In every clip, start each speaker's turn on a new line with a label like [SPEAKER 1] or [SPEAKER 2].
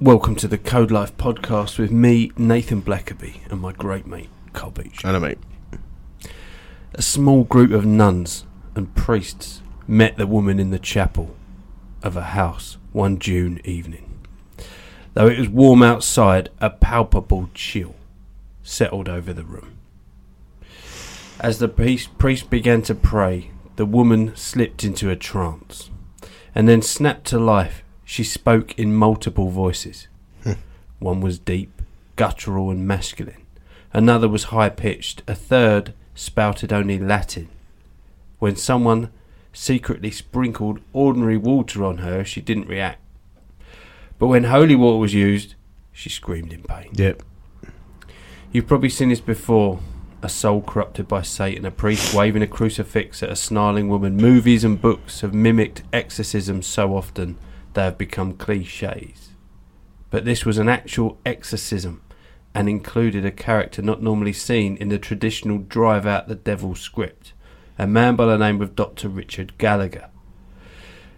[SPEAKER 1] Welcome to the Code Life podcast with me, Nathan Blackerby, and my great mate, Carl Beach.
[SPEAKER 2] I know, mate.
[SPEAKER 1] A small group of nuns and priests met the woman in the chapel of a house one June evening. Though it was warm outside, a palpable chill settled over the room. As the priest, priest began to pray, the woman slipped into a trance and then snapped to life. She spoke in multiple voices. One was deep, guttural, and masculine. Another was high pitched. A third spouted only Latin. When someone secretly sprinkled ordinary water on her, she didn't react. But when holy water was used, she screamed in pain.
[SPEAKER 2] Yep.
[SPEAKER 1] You've probably seen this before. A soul corrupted by Satan, a priest waving a crucifix at a snarling woman. Movies and books have mimicked exorcisms so often they have become cliches. But this was an actual exorcism and included a character not normally seen in the traditional drive out the devil script a man by the name of Dr. Richard Gallagher.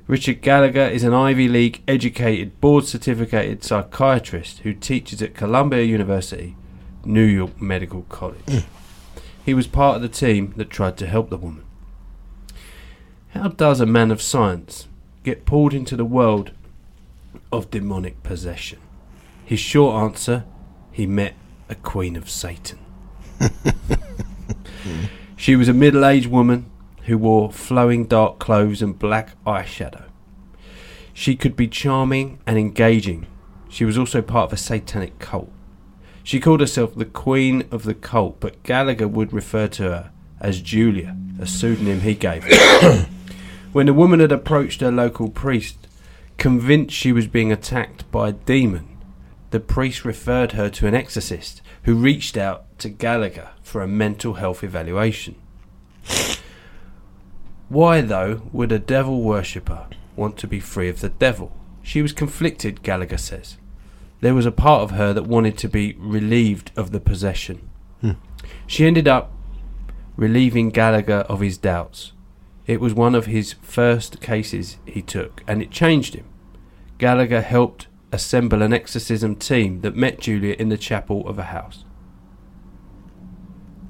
[SPEAKER 1] Richard Gallagher is an Ivy League educated, board certificated psychiatrist who teaches at Columbia University New York Medical College. he was part of the team that tried to help the woman. How does a man of science get pulled into the world of demonic possession? His short answer he met a queen of Satan. she was a middle aged woman who wore flowing dark clothes and black eyeshadow. She could be charming and engaging. She was also part of a satanic cult. She called herself the Queen of the Cult, but Gallagher would refer to her as Julia, a pseudonym he gave her. when the woman had approached her local priest, convinced she was being attacked by a demon, the priest referred her to an exorcist who reached out to Gallagher for a mental health evaluation. Why, though, would a devil worshipper want to be free of the devil? She was conflicted, Gallagher says. There was a part of her that wanted to be relieved of the possession. She ended up relieving Gallagher of his doubts. It was one of his first cases he took, and it changed him. Gallagher helped assemble an exorcism team that met Julia in the chapel of a house.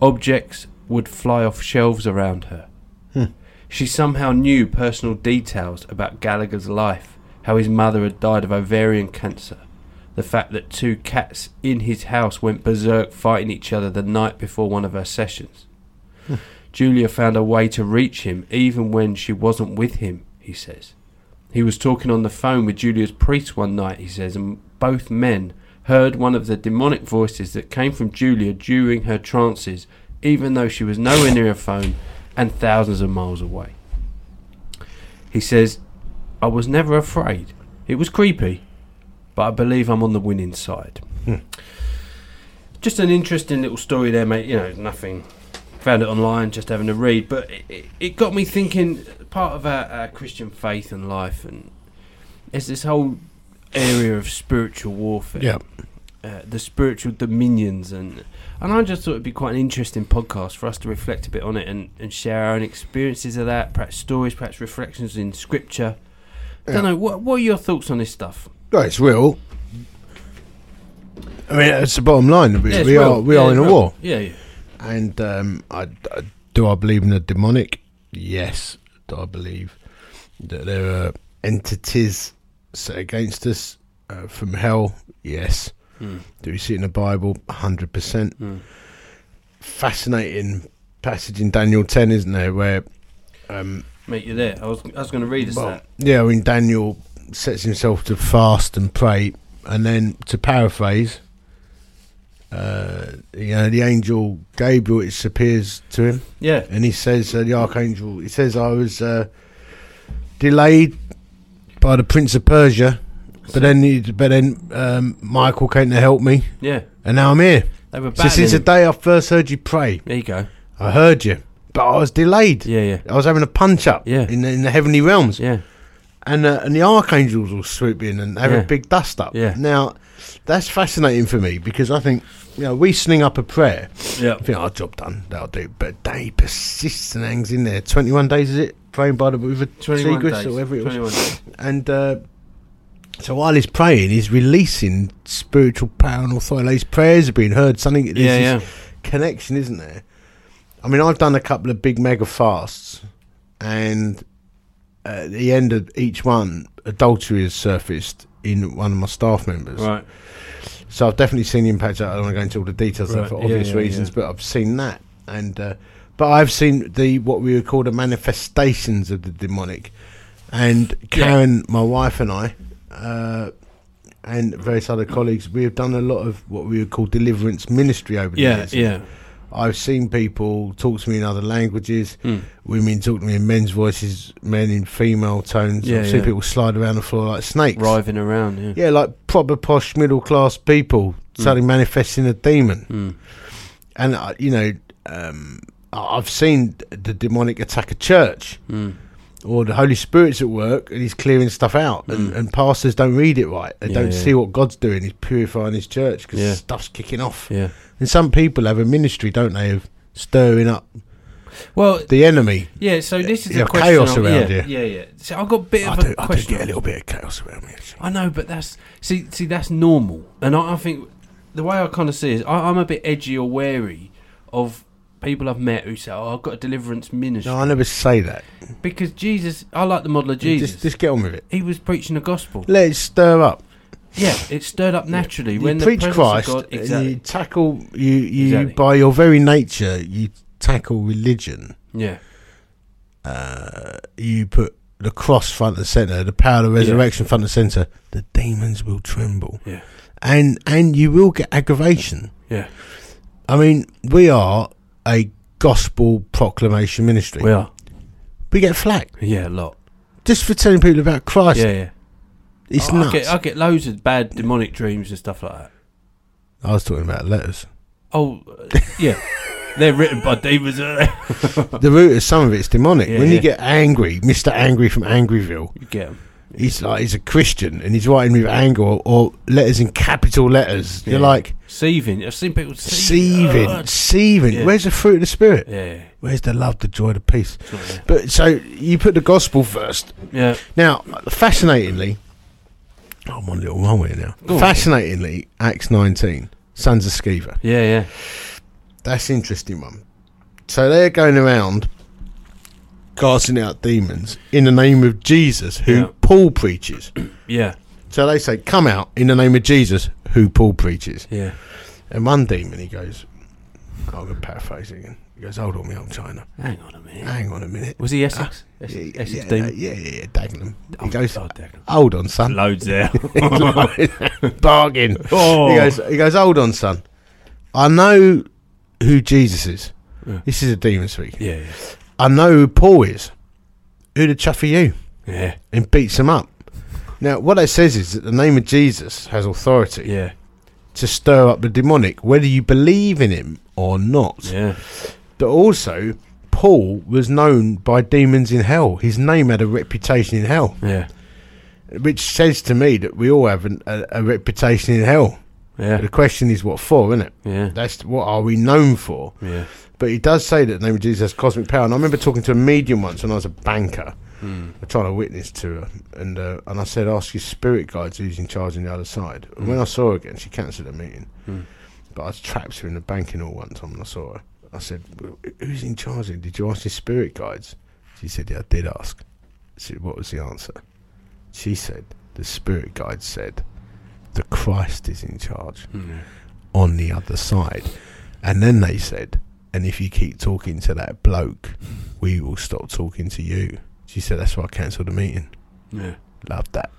[SPEAKER 1] Objects would fly off shelves around her. She somehow knew personal details about Gallagher's life, how his mother had died of ovarian cancer, the fact that two cats in his house went berserk fighting each other the night before one of her sessions. Julia found a way to reach him even when she wasn't with him, he says. He was talking on the phone with Julia's priest one night, he says, and both men heard one of the demonic voices that came from Julia during her trances, even though she was nowhere near a phone and thousands of miles away. He says, I was never afraid. It was creepy, but I believe I'm on the winning side. Just an interesting little story there, mate. You know, nothing. Found it online, just having a read, but it, it, it got me thinking. Part of our, our Christian faith and life, and it's this whole area of spiritual warfare
[SPEAKER 2] Yeah.
[SPEAKER 1] uh, the spiritual dominions and and I just thought it'd be quite an interesting podcast for us to reflect a bit on it and, and share our own experiences of that, perhaps stories, perhaps reflections in scripture. I don't know. What what are your thoughts on this stuff?
[SPEAKER 2] Well, it's real. I mean, it's the bottom line. We,
[SPEAKER 1] Yeah, it's
[SPEAKER 2] we
[SPEAKER 1] real.
[SPEAKER 2] are we
[SPEAKER 1] Yeah,
[SPEAKER 2] are
[SPEAKER 1] it's
[SPEAKER 2] in a
[SPEAKER 1] real.
[SPEAKER 2] war,
[SPEAKER 1] Yeah, yeah.
[SPEAKER 2] and um, I, I- do I believe in the demonic? Yes, do I believe that there are entities set against us uh, from hell? Yes. Do we see it in the Bible? Hundred percent. Fascinating passage in Daniel ten, isn't there? Where um,
[SPEAKER 1] Mate, you're there. I was I was going to read us
[SPEAKER 2] Well,
[SPEAKER 1] that.
[SPEAKER 2] yeah, I mean, Daniel sets himself to fast and pray, and then to paraphrase, uh, you know, the angel Gabriel it appears to him,
[SPEAKER 1] Yeah,
[SPEAKER 2] and he says, uh, the archangel, he says, I was uh, delayed by the prince of Persia, but then, he, but then um, Michael came to help me,
[SPEAKER 1] yeah.
[SPEAKER 2] and now I'm here.
[SPEAKER 1] They were
[SPEAKER 2] So since
[SPEAKER 1] battling.
[SPEAKER 2] the
[SPEAKER 1] him.
[SPEAKER 2] day I first heard you pray,
[SPEAKER 1] there you go.
[SPEAKER 2] I heard you, but I was delayed.
[SPEAKER 1] Yeah, yeah,
[SPEAKER 2] I was having a punch up
[SPEAKER 1] Yeah.
[SPEAKER 2] in, the, in the heavenly realms
[SPEAKER 1] yeah.
[SPEAKER 2] and uh, and the archangels will swoop in and have
[SPEAKER 1] Yeah.
[SPEAKER 2] a big dust up.
[SPEAKER 1] Yeah.
[SPEAKER 2] Now, that's fascinating for me because I think you know we sling up a prayer.
[SPEAKER 1] Yeah.
[SPEAKER 2] I think our job done. That'll do. But they persists and hangs in there. Twenty one days is it? Praying by the with a
[SPEAKER 1] 21
[SPEAKER 2] secret
[SPEAKER 1] days.
[SPEAKER 2] or whatever it was.
[SPEAKER 1] 21 days.
[SPEAKER 2] And uh, So while he's praying, he's releasing spiritual power and authority. His prayers are being heard. Something there's
[SPEAKER 1] Yeah, yeah.
[SPEAKER 2] this connection, isn't there? I mean, I've done a couple of big mega fasts, and at the end of each one, adultery has surfaced in one of my staff members.
[SPEAKER 1] Right.
[SPEAKER 2] So I've definitely seen the impact. I don't want to go into all the details there
[SPEAKER 1] Right,
[SPEAKER 2] for
[SPEAKER 1] yeah,
[SPEAKER 2] obvious
[SPEAKER 1] yeah,
[SPEAKER 2] reasons,
[SPEAKER 1] yeah.
[SPEAKER 2] but I've seen that, and uh, but I've seen the what we would call the manifestations of the demonic, and Karen, my wife, and I, uh, and various other colleagues, we have done a lot of what we would call deliverance ministry over the
[SPEAKER 1] Yeah,
[SPEAKER 2] years.
[SPEAKER 1] yeah.
[SPEAKER 2] I've seen people talk to me in other languages.
[SPEAKER 1] Mm.
[SPEAKER 2] Women talk to me in men's voices, men in female tones.
[SPEAKER 1] Yeah,
[SPEAKER 2] I've seen
[SPEAKER 1] yeah.
[SPEAKER 2] people slide around the floor like snakes.
[SPEAKER 1] Writhing around, yeah.
[SPEAKER 2] Yeah, like proper posh middle class people suddenly manifesting a demon.
[SPEAKER 1] Mm.
[SPEAKER 2] And, uh, you know, um, I- I've seen the demonic attack a church
[SPEAKER 1] Mm.
[SPEAKER 2] or the Holy Spirit's at work and he's clearing stuff out. And,
[SPEAKER 1] Mm.
[SPEAKER 2] and pastors don't read it right. They
[SPEAKER 1] Yeah,
[SPEAKER 2] don't
[SPEAKER 1] yeah.
[SPEAKER 2] see what God's doing. He's purifying his church because
[SPEAKER 1] Yeah.
[SPEAKER 2] stuff's kicking off.
[SPEAKER 1] Yeah.
[SPEAKER 2] And some people have a ministry, don't they, of stirring up
[SPEAKER 1] Well,
[SPEAKER 2] the enemy.
[SPEAKER 1] yeah, so this is
[SPEAKER 2] Yeah,
[SPEAKER 1] a question.
[SPEAKER 2] chaos
[SPEAKER 1] I-
[SPEAKER 2] around
[SPEAKER 1] yeah,
[SPEAKER 2] you.
[SPEAKER 1] Yeah, yeah. So I've got a bit
[SPEAKER 2] I
[SPEAKER 1] of
[SPEAKER 2] do,
[SPEAKER 1] a
[SPEAKER 2] I do
[SPEAKER 1] question.
[SPEAKER 2] get a little bit of chaos around me. actually.
[SPEAKER 1] I know, but that's see, see, that's normal, and I, I think the way I kind of see it is I, I'm a bit edgy or wary of people I've met who say, "Oh, I've got a deliverance ministry,"
[SPEAKER 2] No, I never say that.
[SPEAKER 1] because Jesus, I like the model of Jesus.
[SPEAKER 2] Just, just get on with it.
[SPEAKER 1] he was preaching the gospel.
[SPEAKER 2] Let it stir up.
[SPEAKER 1] Yeah, it stirred up naturally
[SPEAKER 2] you
[SPEAKER 1] when the
[SPEAKER 2] preach
[SPEAKER 1] presence
[SPEAKER 2] Christ
[SPEAKER 1] of God.
[SPEAKER 2] and
[SPEAKER 1] Exactly.
[SPEAKER 2] you tackle you you
[SPEAKER 1] Exactly.
[SPEAKER 2] by your very nature you tackle religion.
[SPEAKER 1] yeah,
[SPEAKER 2] Uh, you put the cross front and center, the power of resurrection front and center. The demons will tremble,
[SPEAKER 1] yeah,
[SPEAKER 2] and and you will get aggravation.
[SPEAKER 1] yeah.
[SPEAKER 2] I mean, we are a gospel proclamation ministry.
[SPEAKER 1] We are.
[SPEAKER 2] We get flack
[SPEAKER 1] Yeah, a lot.
[SPEAKER 2] just for telling people about Christ.
[SPEAKER 1] Yeah, yeah.
[SPEAKER 2] It's
[SPEAKER 1] I, I
[SPEAKER 2] nuts.
[SPEAKER 1] get, I get loads of bad demonic dreams and stuff like that.
[SPEAKER 2] I was talking about letters.
[SPEAKER 1] Oh, uh, yeah. They're written by uh, demons. aren't they?
[SPEAKER 2] the root of some of it's demonic.
[SPEAKER 1] Yeah,
[SPEAKER 2] when
[SPEAKER 1] yeah.
[SPEAKER 2] you get angry, Mister Angry from Angryville.
[SPEAKER 1] you get 'em.
[SPEAKER 2] he's like he's a Christian and he's writing with anger or, or letters in capital letters. You're
[SPEAKER 1] Yeah.
[SPEAKER 2] like
[SPEAKER 1] Seething. I've seen people
[SPEAKER 2] seething,
[SPEAKER 1] seething.
[SPEAKER 2] seething.
[SPEAKER 1] Yeah.
[SPEAKER 2] Where's the fruit of the spirit?
[SPEAKER 1] Yeah.
[SPEAKER 2] Where's the love, the joy, the peace?
[SPEAKER 1] it's not there.
[SPEAKER 2] But so you put the gospel first.
[SPEAKER 1] Yeah.
[SPEAKER 2] Now, fascinatingly, oh, I'm on a little roll here now.
[SPEAKER 1] Go on.
[SPEAKER 2] fascinatingly, Acts 19, sons of Sceva.
[SPEAKER 1] Yeah, yeah.
[SPEAKER 2] That's an interesting one. So they're going around casting out demons in the name of Jesus, who
[SPEAKER 1] Yeah.
[SPEAKER 2] Paul preaches.
[SPEAKER 1] Yeah.
[SPEAKER 2] So they say, Come out in the name of Jesus, who Paul preaches.
[SPEAKER 1] Yeah.
[SPEAKER 2] And one demon, he goes, I'll go paraphrase again. He goes, Hold on, me old China.
[SPEAKER 1] Hang on a minute.
[SPEAKER 2] Hang on a minute.
[SPEAKER 1] Was he Essex? Essex,
[SPEAKER 2] Ah, Yeah,
[SPEAKER 1] Essex
[SPEAKER 2] yeah,
[SPEAKER 1] Dean?
[SPEAKER 2] yeah, yeah, yeah, Dagenham.
[SPEAKER 1] Oh,
[SPEAKER 2] He goes,
[SPEAKER 1] oh, damn.
[SPEAKER 2] Hold on, son.
[SPEAKER 1] Loads there.
[SPEAKER 2] Bargain.
[SPEAKER 1] oh.
[SPEAKER 2] He goes, he goes, Hold on, son. I know who Jesus is.
[SPEAKER 1] Yeah.
[SPEAKER 2] This is a demon speaking.
[SPEAKER 1] Yeah, yeah.
[SPEAKER 2] I know who Paul is. Who the chuff are you?
[SPEAKER 1] Yeah.
[SPEAKER 2] And beats him up. Now, what that says is that the name of Jesus has authority.
[SPEAKER 1] Yeah.
[SPEAKER 2] to stir up the demonic, whether you believe in him or not.
[SPEAKER 1] Yeah.
[SPEAKER 2] But also, Paul was known by demons in hell. His name had a reputation in hell,
[SPEAKER 1] Yeah.
[SPEAKER 2] which says to me that we all have an, a, a reputation in hell.
[SPEAKER 1] Yeah.
[SPEAKER 2] The question is, what for, isn't it?
[SPEAKER 1] Yeah.
[SPEAKER 2] That's what are we known for?
[SPEAKER 1] Yeah.
[SPEAKER 2] But it does say that the name of Jesus has cosmic power. And I remember talking to a medium once when I was a banker,
[SPEAKER 1] Mm.
[SPEAKER 2] trying to witness to her, and uh, and I said, ask your spirit guides who's in charge on the other side. And when I saw her again, she cancelled her meeting.
[SPEAKER 1] Mm.
[SPEAKER 2] But I trapped her in the banking hall one time and I saw her. I said, "Well, Who's in charge? here? Did you ask your spirit guides? She said, Yeah, I did ask. I said, What was the answer? She said, The spirit guide said, The Christ is in charge
[SPEAKER 1] Mm.
[SPEAKER 2] on the other side. And then they said, And if you keep talking to that bloke, we will stop talking to you. She said, That's why I cancelled the meeting.
[SPEAKER 1] Yeah.
[SPEAKER 2] Love that.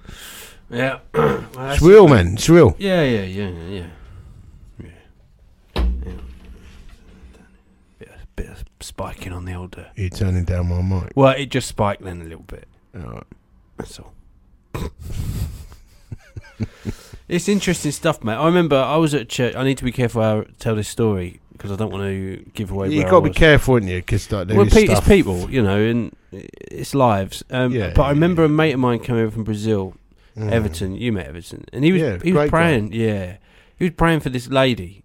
[SPEAKER 1] Yeah. Well, that's-
[SPEAKER 2] It's real, man. It's real.
[SPEAKER 1] Yeah, yeah, yeah, yeah, yeah. yeah. yeah. Bit, of, bit of spiking on the old. Uh,
[SPEAKER 2] You're turning down my mic.
[SPEAKER 1] well, it just spiked then a little bit.
[SPEAKER 2] All right.
[SPEAKER 1] That's all. it's interesting stuff, mate. I remember I was at church. I need to be careful how I tell this story because I don't want to give away.
[SPEAKER 2] You've
[SPEAKER 1] where I
[SPEAKER 2] got to be
[SPEAKER 1] was.
[SPEAKER 2] careful, haven't you? Because like, there
[SPEAKER 1] Well,
[SPEAKER 2] is
[SPEAKER 1] pe- it's
[SPEAKER 2] stuff-
[SPEAKER 1] people, you know, and it's lives. Um,
[SPEAKER 2] Yeah,
[SPEAKER 1] but I
[SPEAKER 2] yeah,
[SPEAKER 1] remember
[SPEAKER 2] yeah.
[SPEAKER 1] a mate of mine coming over from Brazil
[SPEAKER 2] Mm.
[SPEAKER 1] Everton. You met Everton, and he was
[SPEAKER 2] Yeah,
[SPEAKER 1] he was
[SPEAKER 2] great guy.
[SPEAKER 1] praying. Yeah, he was praying for this lady,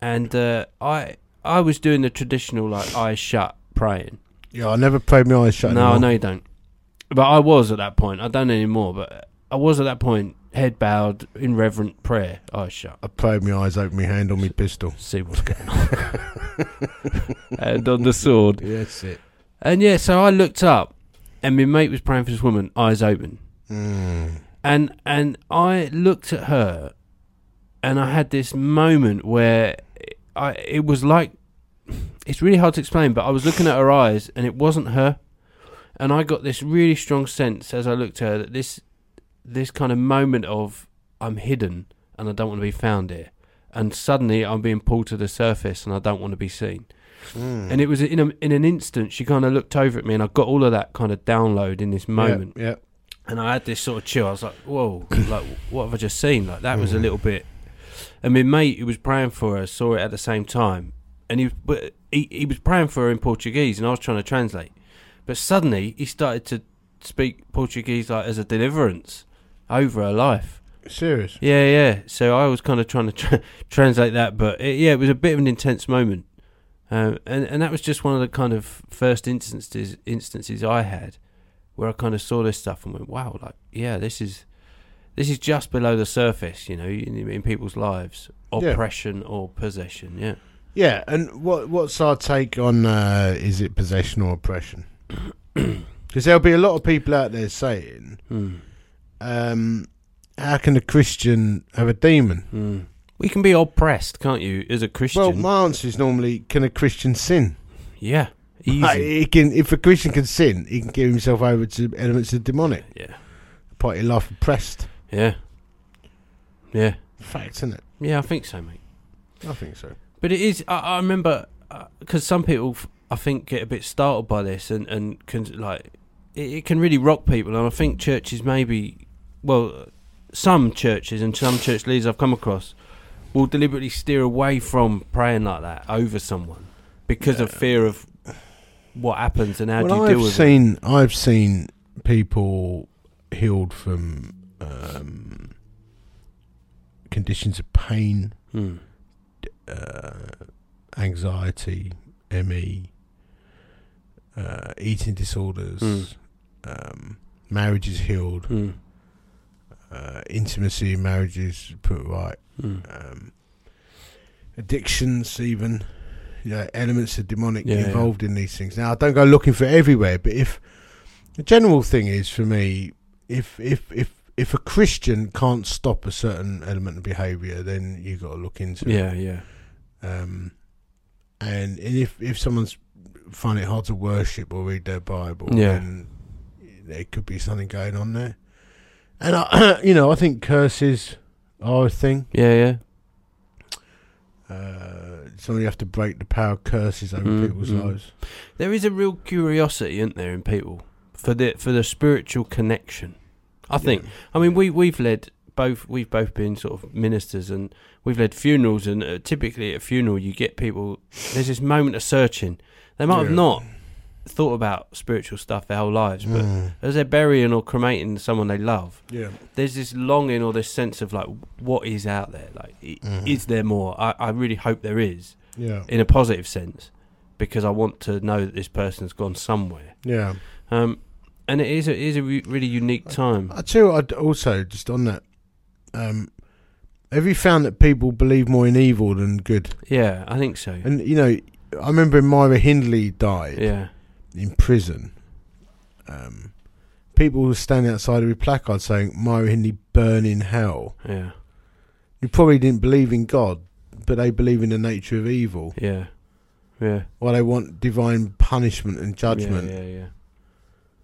[SPEAKER 1] and uh, I I was doing the traditional like eyes shut praying.
[SPEAKER 2] Yeah, I never prayed my eyes shut.
[SPEAKER 1] no, I
[SPEAKER 2] anymore.
[SPEAKER 1] know you don't, but I was at that point. I don't anymore, but I was at that point head bowed in reverent prayer, eyes shut.
[SPEAKER 2] I prayed my eyes open, my hand on my pistol.
[SPEAKER 1] See what's going on. and on the sword.
[SPEAKER 2] Yes, it.
[SPEAKER 1] And yeah, so I looked up, and my mate was praying for this woman, eyes open,
[SPEAKER 2] Mm.
[SPEAKER 1] and and I looked at her, and I had this moment where I it was like it's really hard to explain, but I was looking at her eyes, and it wasn't her, and I got this really strong sense as I looked at her that this this kind of moment of I'm hidden and I don't want to be found here. And suddenly I'm being pulled to the surface and I don't want to be seen.
[SPEAKER 2] Mm.
[SPEAKER 1] And it was in a, in an instant she kind of looked over at me, and I got all of that kind of download in this moment.
[SPEAKER 2] Yeah.
[SPEAKER 1] And I had this sort of chill. I was like, "Whoa! like, what have I just seen? Like, that was a little bit." And my mate, who was praying for her, saw it at the same time, and he was but he, he was praying for her in Portuguese, and I was trying to translate. But suddenly he started to speak Portuguese like as a deliverance over her life.
[SPEAKER 2] yeah. Serious.
[SPEAKER 1] Yeah, yeah. So I was kind of trying to tra- translate that, but it, yeah, it was a bit of an intense moment, um, and and that was just one of the kind of first instances instances I had where I kind of saw this stuff and went, wow, like yeah, this is this is just below the surface, you know, in, in people's lives,
[SPEAKER 2] Yeah.
[SPEAKER 1] oppression or possession. Yeah.
[SPEAKER 2] Yeah, and what what's our take on uh, is it possession or oppression? Because there'll be a lot of people out there saying,
[SPEAKER 1] Hmm.
[SPEAKER 2] um, "How can a Christian have a demon?"
[SPEAKER 1] Hmm. We can be oppressed, can't you, as a Christian?
[SPEAKER 2] Well, my answer is normally, "Can a Christian sin?"
[SPEAKER 1] yeah, easy.
[SPEAKER 2] Like, he can, if a Christian can sin, he can give himself over to elements of demonic,
[SPEAKER 1] yeah,
[SPEAKER 2] party life oppressed.
[SPEAKER 1] yeah, yeah,
[SPEAKER 2] Fact, isn't it?
[SPEAKER 1] yeah. I think so, mate.
[SPEAKER 2] I think so.
[SPEAKER 1] But it is. I, I remember because some people, f- I think, get a bit startled by this, and and can like it, it can really rock people. And I think churches maybe, well, some churches and some church leaders I've come across will deliberately steer away from praying like that over someone because of fear of what happens and how do you
[SPEAKER 2] well,
[SPEAKER 1] deal
[SPEAKER 2] I've
[SPEAKER 1] with it.
[SPEAKER 2] seen I've seen people healed from um, conditions of pain.
[SPEAKER 1] Hmm.
[SPEAKER 2] uh, anxiety, ME, uh, eating disorders,
[SPEAKER 1] Mm.
[SPEAKER 2] um, marriages healed,
[SPEAKER 1] Hmm.
[SPEAKER 2] uh, intimacy in marriages put right,
[SPEAKER 1] Hmm.
[SPEAKER 2] um, addictions even, you know, elements of demonic
[SPEAKER 1] Yeah, yeah.
[SPEAKER 2] involved in these things. Now I don't go looking for everywhere, but if the general thing is for me, if if if if a Christian can't stop a certain element of behaviour, then you got to look into it
[SPEAKER 1] Yeah, yeah,
[SPEAKER 2] um, and and if if someone's find it hard to worship or read their Bible,
[SPEAKER 1] Yeah.
[SPEAKER 2] then there could be something going on there. And I, you know, I think curses are a thing.
[SPEAKER 1] yeah, yeah.
[SPEAKER 2] Uh, so you have to break the power of curses over
[SPEAKER 1] Mm,
[SPEAKER 2] people's
[SPEAKER 1] mm.
[SPEAKER 2] lives.
[SPEAKER 1] There is a real curiosity, isn't there, in people for the for the spiritual connection. I think I mean, we we've led both. We've both been sort of ministers, and we've led funerals. And uh, typically at a funeral, you get people. There's this moment of searching. They might have
[SPEAKER 2] Yeah.
[SPEAKER 1] not thought about spiritual stuff their whole lives, but
[SPEAKER 2] Mm.
[SPEAKER 1] as they're burying or cremating someone they love,
[SPEAKER 2] yeah,
[SPEAKER 1] there's this longing or this sense of like, what is out there? Like, i
[SPEAKER 2] Mhm.
[SPEAKER 1] is there more? I, I really hope there is
[SPEAKER 2] yeah,
[SPEAKER 1] in a positive sense, because I want to know that this person's gone somewhere.
[SPEAKER 2] yeah.
[SPEAKER 1] Um, and it is a, it is a re- really unique time.
[SPEAKER 2] I tell you, what, I'd also just on that. Um, have you found that people believe more in evil than good?
[SPEAKER 1] Yeah, I think so.
[SPEAKER 2] And you know, I remember when Myra Hindley died.
[SPEAKER 1] Yeah.
[SPEAKER 2] in prison, um, people were standing outside with placards saying "Myra Hindley burn in hell."
[SPEAKER 1] Yeah,
[SPEAKER 2] You probably didn't believe in God, but they believe in the nature of evil,
[SPEAKER 1] yeah, yeah.
[SPEAKER 2] or they want divine punishment and judgment.
[SPEAKER 1] Yeah, yeah. yeah.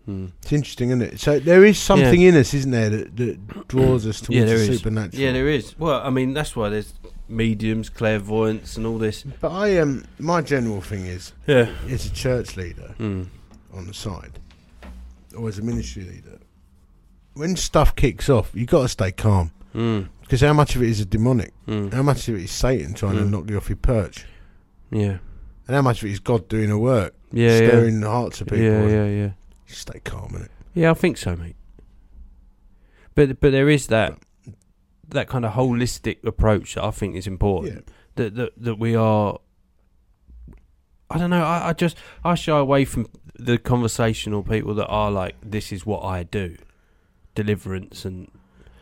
[SPEAKER 1] Mm.
[SPEAKER 2] It's interesting, isn't it? So there is something in us, isn't there, that, that draws us towards
[SPEAKER 1] Yeah, there
[SPEAKER 2] the
[SPEAKER 1] is.
[SPEAKER 2] supernatural.
[SPEAKER 1] yeah, there is. Well, I mean, that's why there's mediums, clairvoyance, and all this.
[SPEAKER 2] But I um, my general thing is,
[SPEAKER 1] Yeah.
[SPEAKER 2] as a church leader
[SPEAKER 1] Mm.
[SPEAKER 2] on the side, or as a ministry leader, when stuff kicks off, you got to stay calm
[SPEAKER 1] Mm.
[SPEAKER 2] because how much of it is a demonic.
[SPEAKER 1] Mm.
[SPEAKER 2] How much of it is Satan trying to
[SPEAKER 1] Mm.
[SPEAKER 2] knock you off your perch?
[SPEAKER 1] Yeah.
[SPEAKER 2] And how much of it is God doing a work,
[SPEAKER 1] Yeah, yeah.
[SPEAKER 2] stirring the hearts of people?
[SPEAKER 1] Yeah, yeah, yeah.
[SPEAKER 2] Stay calm in it.
[SPEAKER 1] Yeah, I think so, mate. But but there is that that kind of holistic approach that I think is important.
[SPEAKER 2] Yeah.
[SPEAKER 1] that that that we are. I don't know. I, I just I shy away from the conversational people that are like, "This is what I do," deliverance and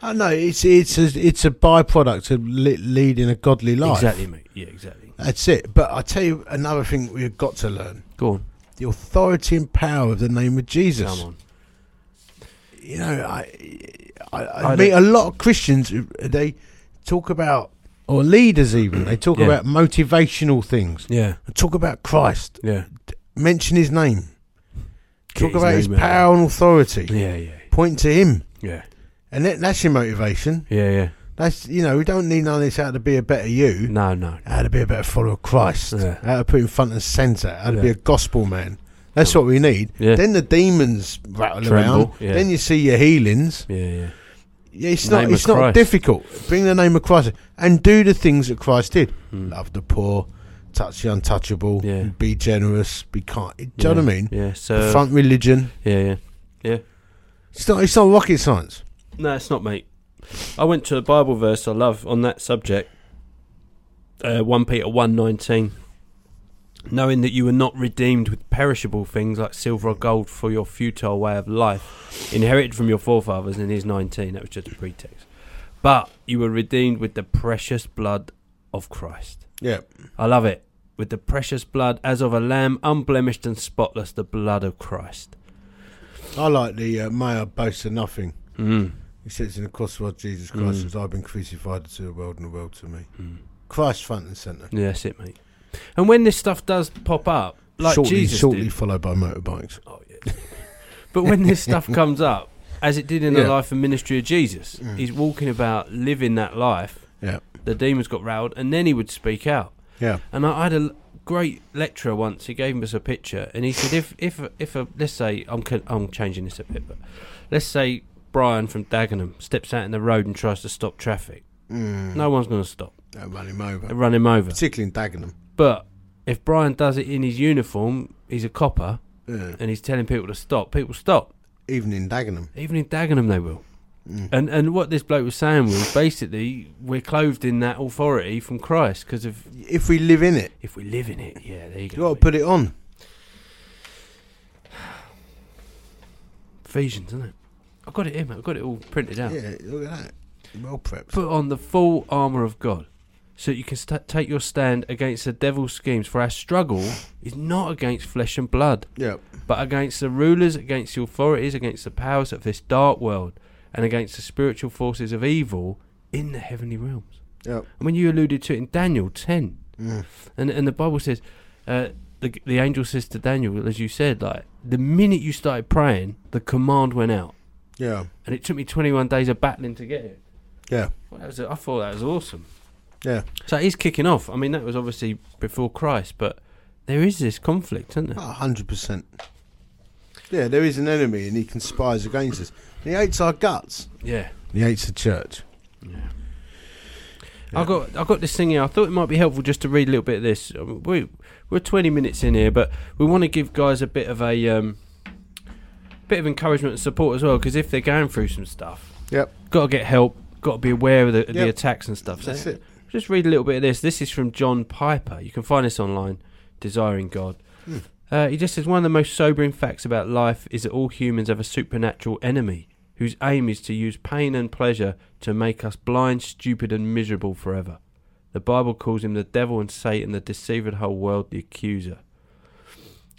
[SPEAKER 2] I know it's it's a, it's a byproduct of li- leading a godly life.
[SPEAKER 1] Exactly, mate. Yeah, exactly.
[SPEAKER 2] That's it. But I tell you another thing we've got to learn:
[SPEAKER 1] Go on.
[SPEAKER 2] the authority and power of the name of Jesus.
[SPEAKER 1] Come on.
[SPEAKER 2] you know, I I, I,
[SPEAKER 1] I
[SPEAKER 2] meet a
[SPEAKER 1] don't-
[SPEAKER 2] lot of Christians. who- They talk about or leaders even. They talk
[SPEAKER 1] Yeah.
[SPEAKER 2] about motivational things.
[SPEAKER 1] Yeah,
[SPEAKER 2] They talk about Christ.
[SPEAKER 1] yeah.
[SPEAKER 2] Mention His name.
[SPEAKER 1] Get
[SPEAKER 2] talk about His
[SPEAKER 1] name out.
[SPEAKER 2] power and authority.
[SPEAKER 1] Yeah, yeah,
[SPEAKER 2] Point to Him,
[SPEAKER 1] yeah,
[SPEAKER 2] and that, that's your motivation.
[SPEAKER 1] yeah, yeah.
[SPEAKER 2] That's you know, we don't need none of this how to be a better you.
[SPEAKER 1] No, no.
[SPEAKER 2] How to be a better follower of Christ.
[SPEAKER 1] Mm. Yeah.
[SPEAKER 2] How to put in front and centre. How to be
[SPEAKER 1] Yeah.
[SPEAKER 2] a gospel man. That's what we need.
[SPEAKER 1] Yeah.
[SPEAKER 2] Then the demons rattle
[SPEAKER 1] Tremble,
[SPEAKER 2] around.
[SPEAKER 1] yeah.
[SPEAKER 2] Then you see your healings.
[SPEAKER 1] Yeah, yeah.
[SPEAKER 2] Yeah, it's
[SPEAKER 1] Name
[SPEAKER 2] not.
[SPEAKER 1] of
[SPEAKER 2] It's not
[SPEAKER 1] Christ.
[SPEAKER 2] difficult. Bring the name of Christ and do the things that Christ did:
[SPEAKER 1] Mm.
[SPEAKER 2] love the poor, touch the untouchable,
[SPEAKER 1] Yeah.
[SPEAKER 2] be generous, be kind. Do you know what I mean?
[SPEAKER 1] Yeah. So.
[SPEAKER 2] Front religion.
[SPEAKER 1] Yeah, yeah.
[SPEAKER 2] It's not. It's not rocket science.
[SPEAKER 1] No, it's not, mate. I went to a Bible verse I love on that subject. Uh, one Peter one nineteen. Knowing that you were not redeemed with perishable things like silver or gold for your futile way of life, inherited from your forefathers. And here's nineteen. That was just a pretext. But you were redeemed with the precious blood of Christ.
[SPEAKER 2] Yeah.
[SPEAKER 1] I love it. With the precious blood as of a lamb, unblemished and spotless, the blood of Christ.
[SPEAKER 2] I like the uh, Mayor boasts of nothing.
[SPEAKER 1] Mm.
[SPEAKER 2] He says in the cross of our Jesus Christ,
[SPEAKER 1] Mm.
[SPEAKER 2] as I've been crucified to the world and the world to me.
[SPEAKER 1] Mm.
[SPEAKER 2] Christ front and centre.
[SPEAKER 1] Yeah, that's it, mate. And when this stuff does pop up, like
[SPEAKER 2] shortly,
[SPEAKER 1] Jesus
[SPEAKER 2] shortly
[SPEAKER 1] did,
[SPEAKER 2] followed by motorbikes.
[SPEAKER 1] oh, yeah. but when this stuff comes up, as it did in
[SPEAKER 2] Yeah.
[SPEAKER 1] the life and ministry of Jesus,
[SPEAKER 2] Mm.
[SPEAKER 1] he's walking about living that life.
[SPEAKER 2] Yeah.
[SPEAKER 1] The demons got rattled, and then he would speak out.
[SPEAKER 2] Yeah.
[SPEAKER 1] And I, I had a l- great lecturer once. He gave us a picture, and he said, "If if if a, let's say I'm con- I'm changing this a bit, but let's say Brian from Dagenham steps out in the road and tries to stop traffic,
[SPEAKER 2] Mm.
[SPEAKER 1] no one's going to stop.
[SPEAKER 2] Don't run him over.
[SPEAKER 1] They run him over.
[SPEAKER 2] Particularly in Dagenham.
[SPEAKER 1] But if Brian does it in his uniform, he's a copper,
[SPEAKER 2] Yeah.
[SPEAKER 1] and he's telling people to stop. People stop.
[SPEAKER 2] Even in Dagenham.
[SPEAKER 1] Even in Dagenham, they will.
[SPEAKER 2] Mm.
[SPEAKER 1] And and what this bloke was saying was basically we're clothed in that authority from Christ because of
[SPEAKER 2] If we live in it,
[SPEAKER 1] if we live in it. Yeah, there you
[SPEAKER 2] you got
[SPEAKER 1] go.
[SPEAKER 2] to put it on.
[SPEAKER 1] Ephesians, isn't it? I got it in. I got it all printed out.
[SPEAKER 2] Yeah, look at that. Well prepped.
[SPEAKER 1] Put on the full armor of God, so that you can sta take your stand against the devil's schemes. For our struggle is not against flesh and blood.
[SPEAKER 2] yeah.
[SPEAKER 1] but against the rulers, against the authorities, against the powers of this dark world, and against the spiritual forces of evil in the heavenly realms.
[SPEAKER 2] Yep.
[SPEAKER 1] I mean, you alluded to it in Daniel 10,
[SPEAKER 2] Mm.
[SPEAKER 1] and, and the Bible says, uh, the, the angel says to Daniel, as you said, like, the minute you started praying, the command went out,
[SPEAKER 2] Yeah.
[SPEAKER 1] and it took me 21 days of battling to get it.
[SPEAKER 2] Yeah.
[SPEAKER 1] Well, that was, I thought that was awesome.
[SPEAKER 2] Yeah.
[SPEAKER 1] So he's kicking off. I mean, that was obviously before Christ, but there is this conflict, isn't there?
[SPEAKER 2] A Oh, hundred percent. Yeah, there is an enemy and he conspires against us. He hates our guts.
[SPEAKER 1] Yeah.
[SPEAKER 2] He hates the church.
[SPEAKER 1] I got I got this thing here. I thought it might be helpful just to read a little bit of this. Um, We we're 20 minutes in here, but we want to give guys a bit of a um, bit of encouragement and support as well because if they're going through some stuff,
[SPEAKER 2] Yep.
[SPEAKER 1] got to get help, got to be aware of the, the
[SPEAKER 2] Yep.
[SPEAKER 1] attacks and stuff. So
[SPEAKER 2] That's it.
[SPEAKER 1] just read a little bit of this. This is from John Piper. You can find this online, Desiring God.
[SPEAKER 2] Hmm.
[SPEAKER 1] Uh, he just says one of the most sobering facts about life is that all humans have a supernatural enemy whose aim is to use pain and pleasure to make us blind, stupid, and miserable forever. The Bible calls him the devil and Satan, the deceiver of the whole world, the accuser.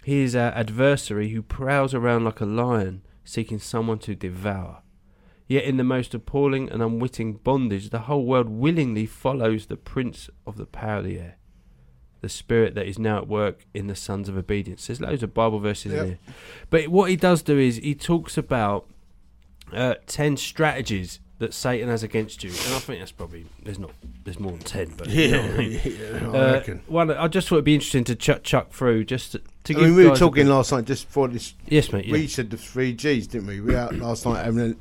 [SPEAKER 1] He is our adversary who prowls around like a lion, seeking someone to devour. Yet in the most appalling and unwitting bondage, the whole world willingly follows the prince of the power of the air, the spirit that is now at work in the sons of obedience. There's loads of Bible verses
[SPEAKER 2] Yep.
[SPEAKER 1] in here. But what he does do is he talks about uh, 10 strategies that Satan has against you. And I think that's probably, there's not, there's more than 10, but you know what I mean.
[SPEAKER 2] yeah, I
[SPEAKER 1] Uh,
[SPEAKER 2] reckon.
[SPEAKER 1] one, I just thought it'd be interesting to chuck chuck through just to, to
[SPEAKER 2] I
[SPEAKER 1] give
[SPEAKER 2] mean, we were
[SPEAKER 1] guys a
[SPEAKER 2] talking
[SPEAKER 1] bit-
[SPEAKER 2] last night just before this.
[SPEAKER 1] Yes, mate. yeah.
[SPEAKER 2] We said the three G's, didn't we? We were out last night having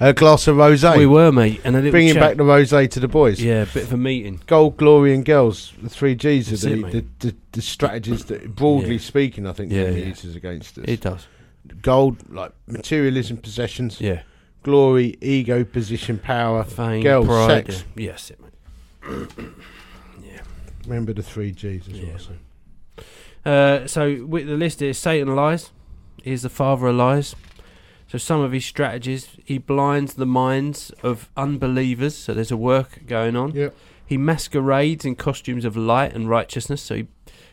[SPEAKER 2] a, a glass of rosé,
[SPEAKER 1] We were, mate, and a little
[SPEAKER 2] bringing
[SPEAKER 1] chat.
[SPEAKER 2] back the rosé to the boys.
[SPEAKER 1] yeah, a bit of a meeting.
[SPEAKER 2] Gold, glory, and girls. The three G's
[SPEAKER 1] That's
[SPEAKER 2] are the,
[SPEAKER 1] it,
[SPEAKER 2] the, the, the strategies that, broadly
[SPEAKER 1] Yeah.
[SPEAKER 2] speaking, I think
[SPEAKER 1] Yeah,
[SPEAKER 2] the enemy
[SPEAKER 1] yeah.
[SPEAKER 2] uses against us.
[SPEAKER 1] It does.
[SPEAKER 2] Gold, like materialism, possessions.
[SPEAKER 1] Yeah,
[SPEAKER 2] Glory, ego, position, power.
[SPEAKER 1] fame,
[SPEAKER 2] Girls,
[SPEAKER 1] pride.
[SPEAKER 2] sex.
[SPEAKER 1] Yeah. Yes, it, mate.
[SPEAKER 2] Remember the three G's as
[SPEAKER 1] Yeah.
[SPEAKER 2] well. So.
[SPEAKER 1] Uh, so with the list is Satan lies. He is the father of lies. So some of his strategies, he blinds the minds of unbelievers. So there's a work going on.
[SPEAKER 2] Yep.
[SPEAKER 1] He masquerades in costumes of light and righteousness. So he,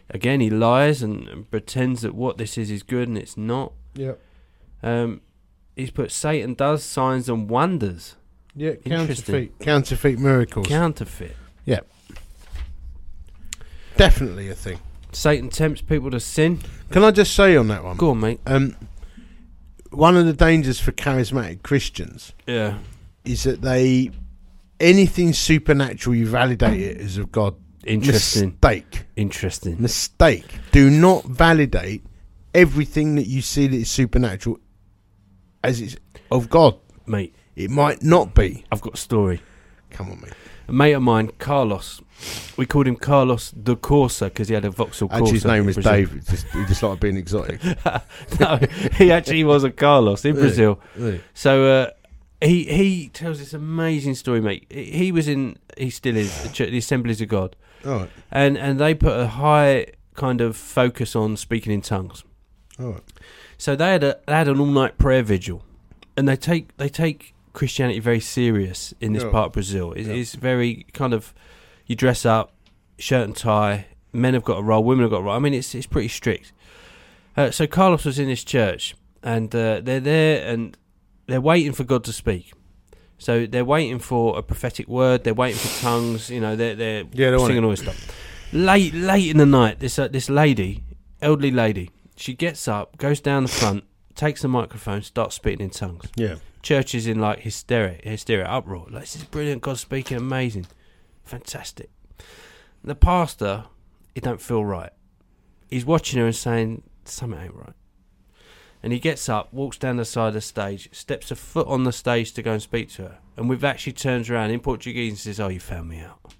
[SPEAKER 1] again, he lies and, and pretends that what this is is good and it's not.
[SPEAKER 2] Yep.
[SPEAKER 1] Um, he's put Satan does signs and wonders,
[SPEAKER 2] Yeah,
[SPEAKER 1] Interesting.
[SPEAKER 2] counterfeit, counterfeit miracles.
[SPEAKER 1] counterfeit.
[SPEAKER 2] Definitely a thing.
[SPEAKER 1] Satan tempts people to sin.
[SPEAKER 2] Can I just say on that one?
[SPEAKER 1] Go on, mate.
[SPEAKER 2] Um, one of the dangers for charismatic Christians
[SPEAKER 1] Yeah.
[SPEAKER 2] is that they anything supernatural you validate it as of God.
[SPEAKER 1] Interesting.
[SPEAKER 2] Mistake.
[SPEAKER 1] Interesting.
[SPEAKER 2] Mistake. Do not validate everything that you see that is supernatural as it's of God.
[SPEAKER 1] Mate,
[SPEAKER 2] It might not be.
[SPEAKER 1] I've got a story.
[SPEAKER 2] Come on, mate.
[SPEAKER 1] A mate of mine, Carlos. We called him Carlos the Corsa because he had a Vauxhall Corsa.
[SPEAKER 2] Actually, his name
[SPEAKER 1] in
[SPEAKER 2] was
[SPEAKER 1] Brazil.
[SPEAKER 2] Dave. It's Just, he just liked being exotic.
[SPEAKER 1] no, he actually was a Carlos in
[SPEAKER 2] Yeah.
[SPEAKER 1] Brazil.
[SPEAKER 2] Yeah.
[SPEAKER 1] So uh, he he tells this amazing story, mate. He he was in, he still is, the Church- the Assemblies of God,
[SPEAKER 2] All right.
[SPEAKER 1] and and they put a high kind of focus on speaking in tongues.
[SPEAKER 2] All right.
[SPEAKER 1] So they had a they had an all night prayer vigil, and they take they take Christianity very serious in this
[SPEAKER 2] Yeah.
[SPEAKER 1] part of Brazil. It,
[SPEAKER 2] Yeah.
[SPEAKER 1] It's very kind of you dress up, shirt and tie. Men have got a role, women have got a role. I mean, it's it's pretty strict. Uh, so Carlos was in this church, and uh, they're there and they're waiting for God to speak. So they're waiting for a prophetic word. They're waiting for tongues. You know, they're they're
[SPEAKER 2] Yeah, they want
[SPEAKER 1] singing
[SPEAKER 2] it.
[SPEAKER 1] all this stuff. Late, late in the night, this uh, this lady, elderly lady, she gets up, goes down the front, takes the microphone, starts speaking in tongues.
[SPEAKER 2] Yeah.
[SPEAKER 1] Church is in like hysteria, hysteria, uproar. Like this is brilliant. God speaking, amazing, fantastic. The pastor, it don't feel right. He's watching her and saying something ain't right. And he gets up, walks down the side of the stage, steps a foot on the stage to go and speak to her. And we've actually turns around in Portuguese and says, "Oh, you found me out."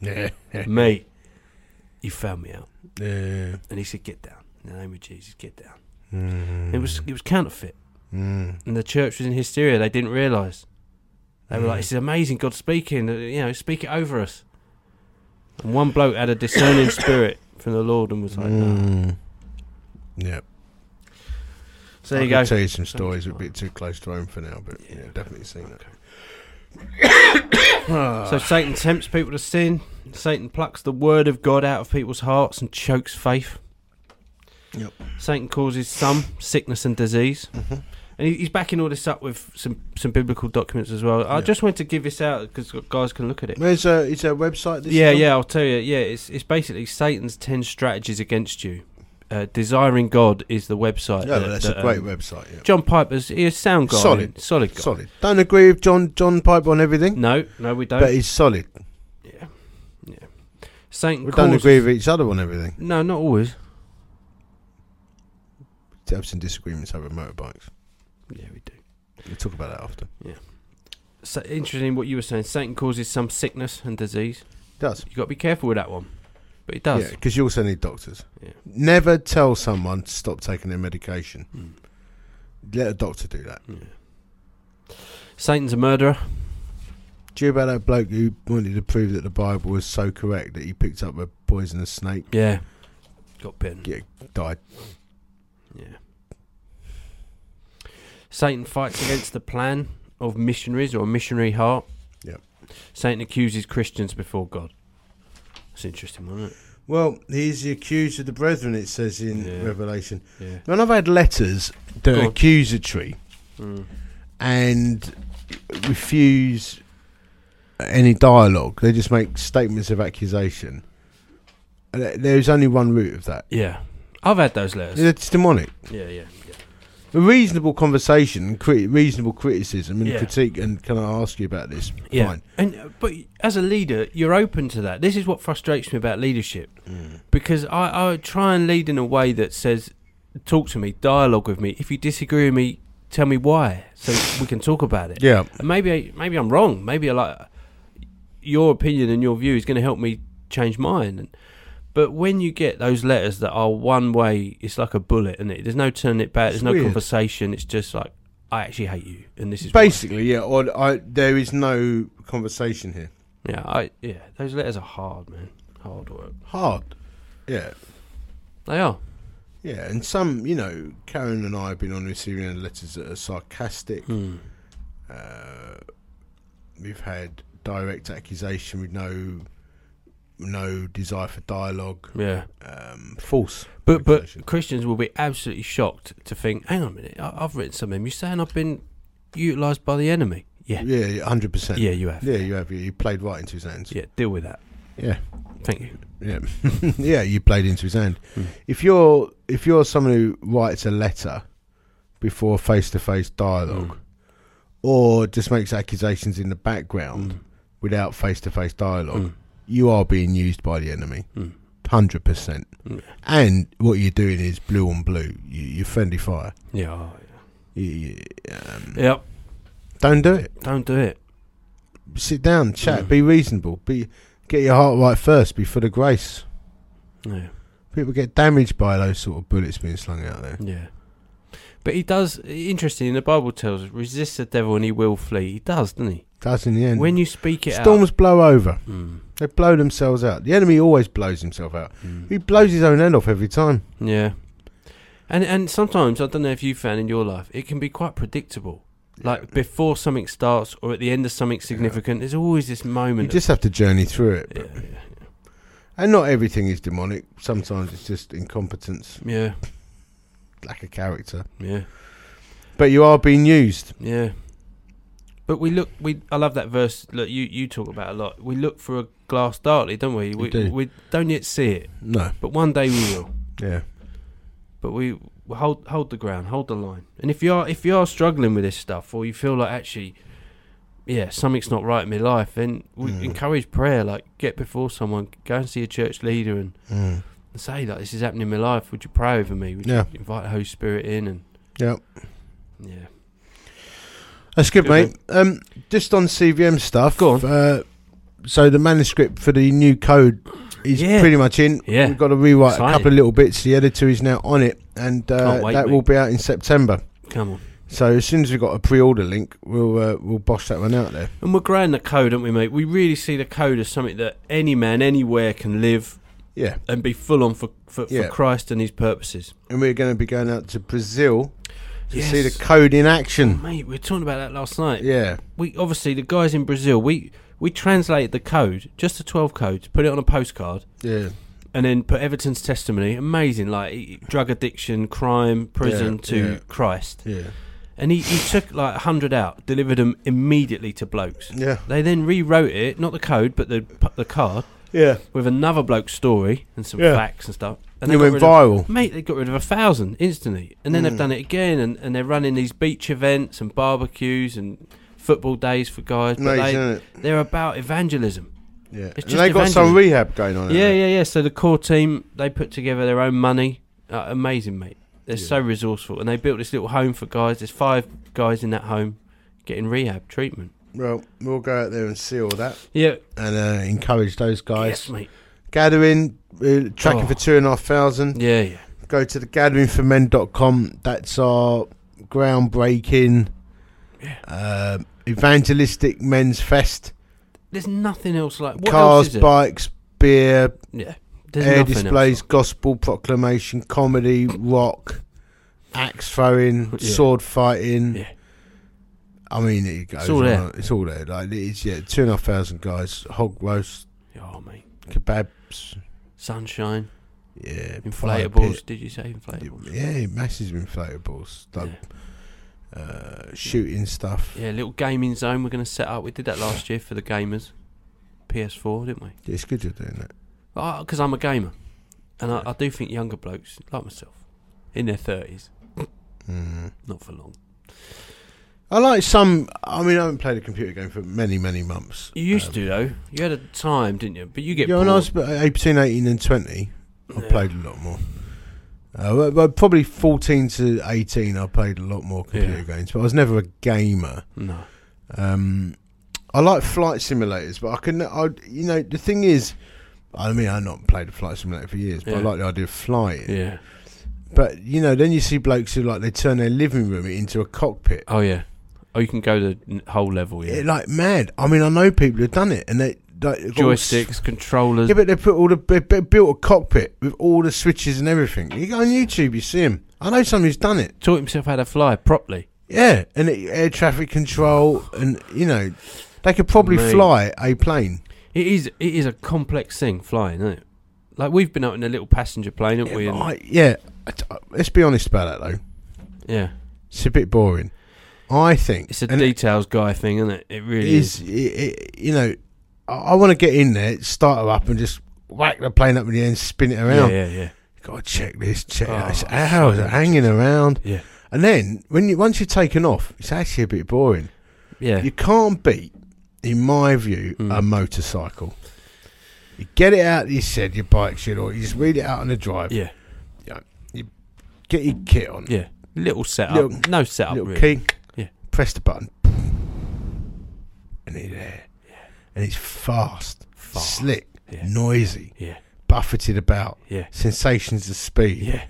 [SPEAKER 2] Yeah.
[SPEAKER 1] mate, you found me out.
[SPEAKER 2] Yeah.
[SPEAKER 1] And he said, get down. In the name of Jesus, get down.
[SPEAKER 2] Mm.
[SPEAKER 1] It was it was counterfeit.
[SPEAKER 2] Mm.
[SPEAKER 1] And the church was in hysteria. They didn't realise. They were
[SPEAKER 2] Mm.
[SPEAKER 1] like, this is amazing. God speaking. uh, You know, speak it over us. And one bloke had a discerning spirit from the Lord and was like, no.
[SPEAKER 2] Mm. Yeah.
[SPEAKER 1] So there
[SPEAKER 2] I
[SPEAKER 1] you
[SPEAKER 2] could
[SPEAKER 1] go.
[SPEAKER 2] tell you some stories, but a bit too close to home for now. But yeah, definitely seen Ah. that.
[SPEAKER 1] So Satan tempts people to sin. Satan plucks the word of God out of people's hearts and chokes faith.
[SPEAKER 2] Yep. Mm-hmm.
[SPEAKER 1] Satan causes some sickness and disease. And he- he's backing all this up with some, some biblical documents as well. I
[SPEAKER 2] Yep.
[SPEAKER 1] just wanted to give this out because guys can look at it.
[SPEAKER 2] Where's uh, is there a website? This
[SPEAKER 1] yeah,
[SPEAKER 2] is on?
[SPEAKER 1] yeah, I'll tell you. Yeah, it's it's basically Satan's ten strategies against you. Uh, Desiring God is the website.
[SPEAKER 2] Yeah,
[SPEAKER 1] that-
[SPEAKER 2] that's
[SPEAKER 1] that,
[SPEAKER 2] a great
[SPEAKER 1] um,
[SPEAKER 2] website. Yeah.
[SPEAKER 1] John Piper's he's a sound guy.
[SPEAKER 2] Solid.
[SPEAKER 1] isn't he? solid guy.
[SPEAKER 2] Solid. Don't agree with John John Piper on everything,
[SPEAKER 1] No, no, we don't.
[SPEAKER 2] but he's solid.
[SPEAKER 1] yeah, yeah. Satan
[SPEAKER 2] We don't
[SPEAKER 1] causes-
[SPEAKER 2] agree with each other on everything.
[SPEAKER 1] No, not always.
[SPEAKER 2] To have some disagreements over motorbikes.
[SPEAKER 1] Yeah, we do.
[SPEAKER 2] We'll talk about that after.
[SPEAKER 1] So interesting what you were saying. Satan causes some sickness and disease.
[SPEAKER 2] It does.
[SPEAKER 1] You got to be careful with that one, but it does.
[SPEAKER 2] Yeah, because you also need doctors.
[SPEAKER 1] Yeah.
[SPEAKER 2] Never tell someone to stop taking their medication.
[SPEAKER 1] Mm.
[SPEAKER 2] Let a doctor do that.
[SPEAKER 1] Yeah. Satan's a murderer.
[SPEAKER 2] Do you hear about that bloke who wanted to prove that the Bible was so correct that he picked up a poisonous snake,
[SPEAKER 1] Yeah, got bitten.
[SPEAKER 2] Yeah. died?
[SPEAKER 1] Yeah. Satan fights against the plan of missionaries or a missionary heart.
[SPEAKER 2] Yep.
[SPEAKER 1] Satan accuses Christians before God. That's an interesting, wasn't it?
[SPEAKER 2] Well, he's the accused of the brethren, it says in
[SPEAKER 1] Yeah.
[SPEAKER 2] Revelation.
[SPEAKER 1] Yeah.
[SPEAKER 2] When I've had letters that
[SPEAKER 1] Go
[SPEAKER 2] are
[SPEAKER 1] on.
[SPEAKER 2] accusatory
[SPEAKER 1] Mm.
[SPEAKER 2] and refuse any dialogue, they just make statements of accusation. And th- There's only one root of that.
[SPEAKER 1] Yeah. I've had those letters. Yeah,
[SPEAKER 2] It's demonic.
[SPEAKER 1] yeah, yeah.
[SPEAKER 2] A reasonable conversation, and cri- reasonable criticism and
[SPEAKER 1] Yeah.
[SPEAKER 2] critique, and can I ask you about this?
[SPEAKER 1] Yeah.
[SPEAKER 2] Fine.
[SPEAKER 1] And uh, but as a leader, you're open to that. This is what frustrates me about leadership. because I, I try and lead in a way that says, talk to me, dialogue with me. If you disagree with me, tell me why, so we can talk about it.
[SPEAKER 2] Yeah.
[SPEAKER 1] And maybe I, maybe I'm wrong. Maybe I like your opinion and your view is going to help me change mine. And, but when you get those letters that are one way, it's like a bullet, and it there's no turning it back.
[SPEAKER 2] It's
[SPEAKER 1] There's no
[SPEAKER 2] weird.
[SPEAKER 1] conversation. It's just like I actually hate you, and this is why."
[SPEAKER 2] Basically, yeah. Or I, there is no conversation here.
[SPEAKER 1] Yeah, I yeah. Those letters are hard, man. Hard work.
[SPEAKER 2] Hard. Yeah.
[SPEAKER 1] They are.
[SPEAKER 2] Yeah, and some, you know, Karen and I have been on receiving end of letters that are sarcastic.
[SPEAKER 1] Hmm.
[SPEAKER 2] Uh, we've had direct accusation with no no desire for dialogue.
[SPEAKER 1] Yeah.
[SPEAKER 2] Um, false.
[SPEAKER 1] But
[SPEAKER 2] accusation.
[SPEAKER 1] but Christians will be absolutely shocked to think, hang on a minute, I, I've written something. You're saying I've been utilised by the enemy? Yeah.
[SPEAKER 2] yeah, hundred percent.
[SPEAKER 1] Yeah, you have.
[SPEAKER 2] yeah, you have. You played right into his hands.
[SPEAKER 1] Yeah, deal with that.
[SPEAKER 2] yeah.
[SPEAKER 1] Thank you.
[SPEAKER 2] Yeah, yeah, you played into his hand. If you're if you're someone who writes a letter before face to face dialogue, or just makes accusations in the background
[SPEAKER 1] Mm.
[SPEAKER 2] without face to face
[SPEAKER 1] Hmm.
[SPEAKER 2] dialogue, you are being used by the enemy, hundred percent.
[SPEAKER 1] Mm.
[SPEAKER 2] And what you're doing is blue on blue. You, you're friendly fire.
[SPEAKER 1] Yeah. oh,
[SPEAKER 2] You, you, um,
[SPEAKER 1] yeah. Yep.
[SPEAKER 2] Don't do it.
[SPEAKER 1] Don't do it.
[SPEAKER 2] Sit down, chat. Be reasonable. Be get your heart right first. Be full of grace.
[SPEAKER 1] Yeah.
[SPEAKER 2] People get damaged by those sort of bullets being slung out there.
[SPEAKER 1] Yeah. But he does. Interesting. The Bible tells us, resist the devil and he will flee. He does, doesn't he?
[SPEAKER 2] That's in the end.
[SPEAKER 1] When you speak it
[SPEAKER 2] Storms blow over.
[SPEAKER 1] out. Mm.
[SPEAKER 2] They blow themselves out. The enemy always blows himself out.
[SPEAKER 1] Mm.
[SPEAKER 2] He blows his own end off every time.
[SPEAKER 1] Yeah. And and sometimes I don't know if you found in your life it can be quite predictable. Like before something starts or at the end of something significant, there's always this
[SPEAKER 2] You
[SPEAKER 1] moment.
[SPEAKER 2] just have to journey through it.
[SPEAKER 1] of, yeah,
[SPEAKER 2] And not everything is demonic. Sometimes it's just incompetence,
[SPEAKER 1] yeah,
[SPEAKER 2] lack of character.
[SPEAKER 1] yeah,
[SPEAKER 2] But you are being used.
[SPEAKER 1] yeah. But we look. We I love that verse. Look, you you talk about a lot. We look for a glass darkly, don't we? We
[SPEAKER 2] do.
[SPEAKER 1] we don't yet see it,
[SPEAKER 2] No.
[SPEAKER 1] but one day we will.
[SPEAKER 2] Yeah.
[SPEAKER 1] But we hold hold the ground, hold the line. And if you are if you are struggling with this stuff, or you feel like actually, yeah, something's not right in my life, then we
[SPEAKER 2] Mm.
[SPEAKER 1] encourage prayer. Like get before someone, go and see a church leader, and,
[SPEAKER 2] Mm.
[SPEAKER 1] and say like this is happening in my life. Would you pray over me? Would
[SPEAKER 2] Yeah.
[SPEAKER 1] you invite the Holy Spirit in? And
[SPEAKER 2] Yeah.
[SPEAKER 1] yeah,
[SPEAKER 2] That's good,
[SPEAKER 1] Good,
[SPEAKER 2] mate. Um, just on CVM stuff.
[SPEAKER 1] Go on.
[SPEAKER 2] Uh, so the manuscript for the new code is
[SPEAKER 1] Yeah.
[SPEAKER 2] pretty much in.
[SPEAKER 1] Yeah.
[SPEAKER 2] We've got to rewrite a couple
[SPEAKER 1] Exciting.
[SPEAKER 2] of little bits. The editor is now on it, and uh,
[SPEAKER 1] Can't wait,
[SPEAKER 2] that
[SPEAKER 1] mate.
[SPEAKER 2] will be out in September.
[SPEAKER 1] come on.
[SPEAKER 2] So as soon as we've got a pre-order link, we'll uh, we'll bosh that one out there.
[SPEAKER 1] And we're growing the code, aren't we, mate? We really see the code as something that any man anywhere can live
[SPEAKER 2] Yeah,
[SPEAKER 1] and be full on for for,
[SPEAKER 2] Yeah.
[SPEAKER 1] for Christ and His purposes.
[SPEAKER 2] and we're going to be going out to Brazil to see the
[SPEAKER 1] Yes. Oh,
[SPEAKER 2] code in action.
[SPEAKER 1] Mate, we were talking about that last night.
[SPEAKER 2] Yeah,
[SPEAKER 1] we obviously the guys in Brazil we we translated the code just the 12 codes put it on a postcard
[SPEAKER 2] yeah,
[SPEAKER 1] and then put Everton's testimony amazing like he- drug addiction crime prison
[SPEAKER 2] Yeah,
[SPEAKER 1] to
[SPEAKER 2] yeah.
[SPEAKER 1] Christ
[SPEAKER 2] yeah,
[SPEAKER 1] and he, he took like 100 out delivered them immediately to blokes
[SPEAKER 2] yeah,
[SPEAKER 1] they then rewrote it not the code but the p- the card
[SPEAKER 2] yeah.
[SPEAKER 1] with another bloke's story and some
[SPEAKER 2] Yeah.
[SPEAKER 1] facts and stuff and
[SPEAKER 2] It
[SPEAKER 1] got
[SPEAKER 2] went
[SPEAKER 1] rid of-
[SPEAKER 2] viral. Mm.
[SPEAKER 1] Mate, they got rid of a thousand instantly, and then they've done it again, and, and they're running these beach events and barbecues and fofootball days for guys. But
[SPEAKER 2] Amazing,
[SPEAKER 1] they,
[SPEAKER 2] isn't it?
[SPEAKER 1] they're about evangelism.
[SPEAKER 2] Yeah,
[SPEAKER 1] just
[SPEAKER 2] and they got some
[SPEAKER 1] evangelism.
[SPEAKER 2] rehab going on.
[SPEAKER 1] Yeah, yeah, yeah. So the core team they put together their own money. Uh, amazing, mate. They're so resourceful, and they built this little home for guys. There's five guys in that home getting rehab treatment.
[SPEAKER 2] Well, we'll go out there and see all that
[SPEAKER 1] Yeah,
[SPEAKER 2] and uh, encourage those guys.
[SPEAKER 1] yes, mate.
[SPEAKER 2] Gathering, uh, tracking
[SPEAKER 1] Oh.
[SPEAKER 2] for two and a half thousand.
[SPEAKER 1] Yeah, yeah.
[SPEAKER 2] Go to the gatheringformen.com. That's our groundbreaking uh, evangelistic men's fest.
[SPEAKER 1] There's nothing else like what else
[SPEAKER 2] Cars,
[SPEAKER 1] is there?
[SPEAKER 2] bikes, beer,
[SPEAKER 1] Yeah, there's
[SPEAKER 2] air
[SPEAKER 1] nothing
[SPEAKER 2] displays,
[SPEAKER 1] Else.
[SPEAKER 2] gospel proclamation, comedy, rock, axe throwing,
[SPEAKER 1] Yeah.
[SPEAKER 2] sword fighting.
[SPEAKER 1] Yeah.
[SPEAKER 2] I mean, it goes.
[SPEAKER 1] all there.
[SPEAKER 2] on. It's all there. Like it's yeah, two and a half thousand guys. Hog roast,
[SPEAKER 1] Oh, mate.
[SPEAKER 2] kebabs,
[SPEAKER 1] Sunshine,
[SPEAKER 2] yeah, fire pit.
[SPEAKER 1] inflatables. Did you say inflatables?
[SPEAKER 2] Yeah, massive inflatables. Like, uh, shooting stuff.
[SPEAKER 1] Yeah, little gaming zone we're going to set up. We did that last year for the gamers, PS4, didn't we?
[SPEAKER 2] Yeah, it's good you're doing that.
[SPEAKER 1] Because I'm a gamer, and I, I do think younger blokes like myself, in their thirties,
[SPEAKER 2] Mm.
[SPEAKER 1] not for long.
[SPEAKER 2] I like some. I mean, I haven't played a computer game for many, many months. Um,
[SPEAKER 1] You used to though. You had a time, didn't you? But you get
[SPEAKER 2] Yeah, when I
[SPEAKER 1] bored.
[SPEAKER 2] was about 18, 18, uh, and 20, I
[SPEAKER 1] Yeah.
[SPEAKER 2] played a lot more. Uh, well, well, probably 14 to 18, I played a lot more computer
[SPEAKER 1] Yeah.
[SPEAKER 2] games, but I was never a gamer.
[SPEAKER 1] No.
[SPEAKER 2] Um, I like flight simulators, but I can, I, you know, the thing is, I mean, I've not played a flight simulator for years, but I
[SPEAKER 1] Yeah.
[SPEAKER 2] like the idea of flying.
[SPEAKER 1] Yeah.
[SPEAKER 2] But you know, then you see blokes who like they turn their living room into a cockpit.
[SPEAKER 1] Oh yeah. Oh, you can go the n- whole level. Yeah.
[SPEAKER 2] Yeah, like mad. I mean, I know people who've done it, and they like, all s-
[SPEAKER 1] Joysticks, controllers.
[SPEAKER 2] Yeah, but they put all the they bu- built a cockpit with all the switches and everything. You go on YouTube, you see him. I know someone who's done it.
[SPEAKER 1] taught himself how to fly properly.
[SPEAKER 2] Yeah, and it, air traffic control, and you know, they could probably
[SPEAKER 1] Mate.
[SPEAKER 2] fly a plane.
[SPEAKER 1] It is it is a complex thing flying, isn't it? Like we've been out in a little passenger plane, haven't we?
[SPEAKER 2] Yeah,
[SPEAKER 1] And-
[SPEAKER 2] I- yeah, I t- I- let's be honest about that though.
[SPEAKER 1] yeah,
[SPEAKER 2] It's a bit boring. I think
[SPEAKER 1] it's a
[SPEAKER 2] and
[SPEAKER 1] details guy thing, isn't it? It
[SPEAKER 2] it
[SPEAKER 1] really is.
[SPEAKER 2] is, it, it, you know, I, I want to get in there, start her up, and just whack the plane up in the air and spin it
[SPEAKER 1] Yeah,
[SPEAKER 2] around.
[SPEAKER 1] yeah, yeah,
[SPEAKER 2] Gotta check this, check
[SPEAKER 1] Oh,
[SPEAKER 2] that. It's
[SPEAKER 1] so
[SPEAKER 2] hours
[SPEAKER 1] much.
[SPEAKER 2] hanging around.
[SPEAKER 1] yeah,
[SPEAKER 2] And then when you once you've taken off, it's actually a bit boring.
[SPEAKER 1] yeah.
[SPEAKER 2] You can't beat, in my view,
[SPEAKER 1] Mm.
[SPEAKER 2] a motorcycle. You get it out, you said your bike shit, or you just wheel it out on the drive.
[SPEAKER 1] yeah,
[SPEAKER 2] Get your kit on,
[SPEAKER 1] yeah. Little setup,
[SPEAKER 2] Little-
[SPEAKER 1] no setup
[SPEAKER 2] little
[SPEAKER 1] really.
[SPEAKER 2] key,
[SPEAKER 1] Yeah.
[SPEAKER 2] press the button, and it's there. And it's fast,
[SPEAKER 1] Fast.
[SPEAKER 2] slick,
[SPEAKER 1] Yeah.
[SPEAKER 2] noisy,
[SPEAKER 1] Yeah,
[SPEAKER 2] buffeted about,
[SPEAKER 1] yeah,
[SPEAKER 2] sensations of speed.
[SPEAKER 1] yeah,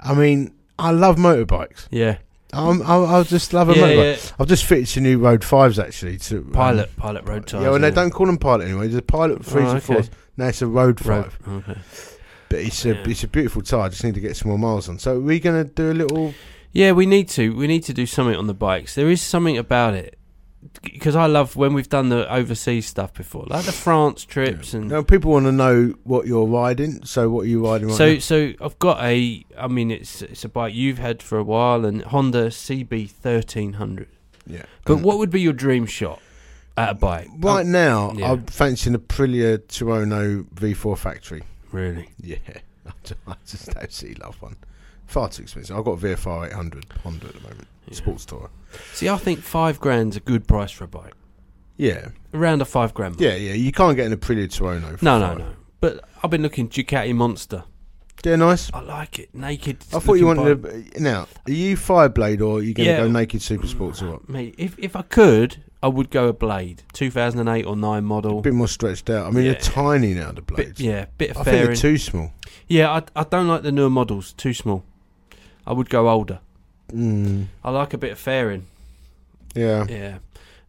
[SPEAKER 2] I mean, I love motorbikes.
[SPEAKER 1] yeah.
[SPEAKER 2] I'm, I, I just love a
[SPEAKER 1] Yeah,
[SPEAKER 2] motorbike.
[SPEAKER 1] yeah.
[SPEAKER 2] I've just fitted some new Road Fives actually to um,
[SPEAKER 1] Pilot, pilot road tires.
[SPEAKER 2] yeah, well, they don't call them pilot anyway. There's a pilot threes
[SPEAKER 1] Oh,
[SPEAKER 2] and
[SPEAKER 1] okay.
[SPEAKER 2] fours. Now it's a Road Five,
[SPEAKER 1] Road. Okay.
[SPEAKER 2] but it's a
[SPEAKER 1] Yeah.
[SPEAKER 2] it's a beautiful tire. I just need to get some more miles on. So are we gonna do a little?
[SPEAKER 1] Yeah, we need to. We need to do something on the bikes. There is something about it because I love when we've done the overseas stuff before, like the France trips and
[SPEAKER 2] Now people want to know what you're riding. So what are you riding right
[SPEAKER 1] so
[SPEAKER 2] now?
[SPEAKER 1] so I've got a I mean it's it's a bike you've had for a while and Honda CB thirteen hundred.
[SPEAKER 2] Yeah,
[SPEAKER 1] But
[SPEAKER 2] And
[SPEAKER 1] what would be your dream shot at a bike?
[SPEAKER 2] Mm.
[SPEAKER 1] Oh,
[SPEAKER 2] Right now,
[SPEAKER 1] yeah.
[SPEAKER 2] I'm fancying a Aprilia 210 V4 factory.
[SPEAKER 1] Oh, really?
[SPEAKER 2] Yeah, I just- I just absolutely love one. Far too expensive. I've got a VFR 800 Honda at the moment,
[SPEAKER 1] Yeah.
[SPEAKER 2] sports tour.
[SPEAKER 1] See, I think five grand's a good price for a bike.
[SPEAKER 2] Yeah,
[SPEAKER 1] Around a five grand. Mark.
[SPEAKER 2] yeah, yeah. You can't get an Aprilia 210. For
[SPEAKER 1] No, no,
[SPEAKER 2] five.
[SPEAKER 1] no. But I've been looking Ducati Monster.
[SPEAKER 2] They're nice.
[SPEAKER 1] I like it. Naked.
[SPEAKER 2] I thought you
[SPEAKER 1] looking
[SPEAKER 2] wanted a, now. Are you Fireblade or are you going to
[SPEAKER 1] Yeah.
[SPEAKER 2] go naked super sports or what?
[SPEAKER 1] Mate, if if I could, I would go a Blade, 2008 or nine
[SPEAKER 2] A
[SPEAKER 1] model.
[SPEAKER 2] bit more stretched out. I mean,
[SPEAKER 1] Yeah.
[SPEAKER 2] they're tiny now. The
[SPEAKER 1] Bit-
[SPEAKER 2] blades.
[SPEAKER 1] yeah, bit
[SPEAKER 2] I
[SPEAKER 1] of
[SPEAKER 2] think they're
[SPEAKER 1] fairing.
[SPEAKER 2] too small.
[SPEAKER 1] yeah, I I don't like the newer models, too small. I would go older.
[SPEAKER 2] Mm.
[SPEAKER 1] I like a bit of fairing.
[SPEAKER 2] Yeah.
[SPEAKER 1] Yeah.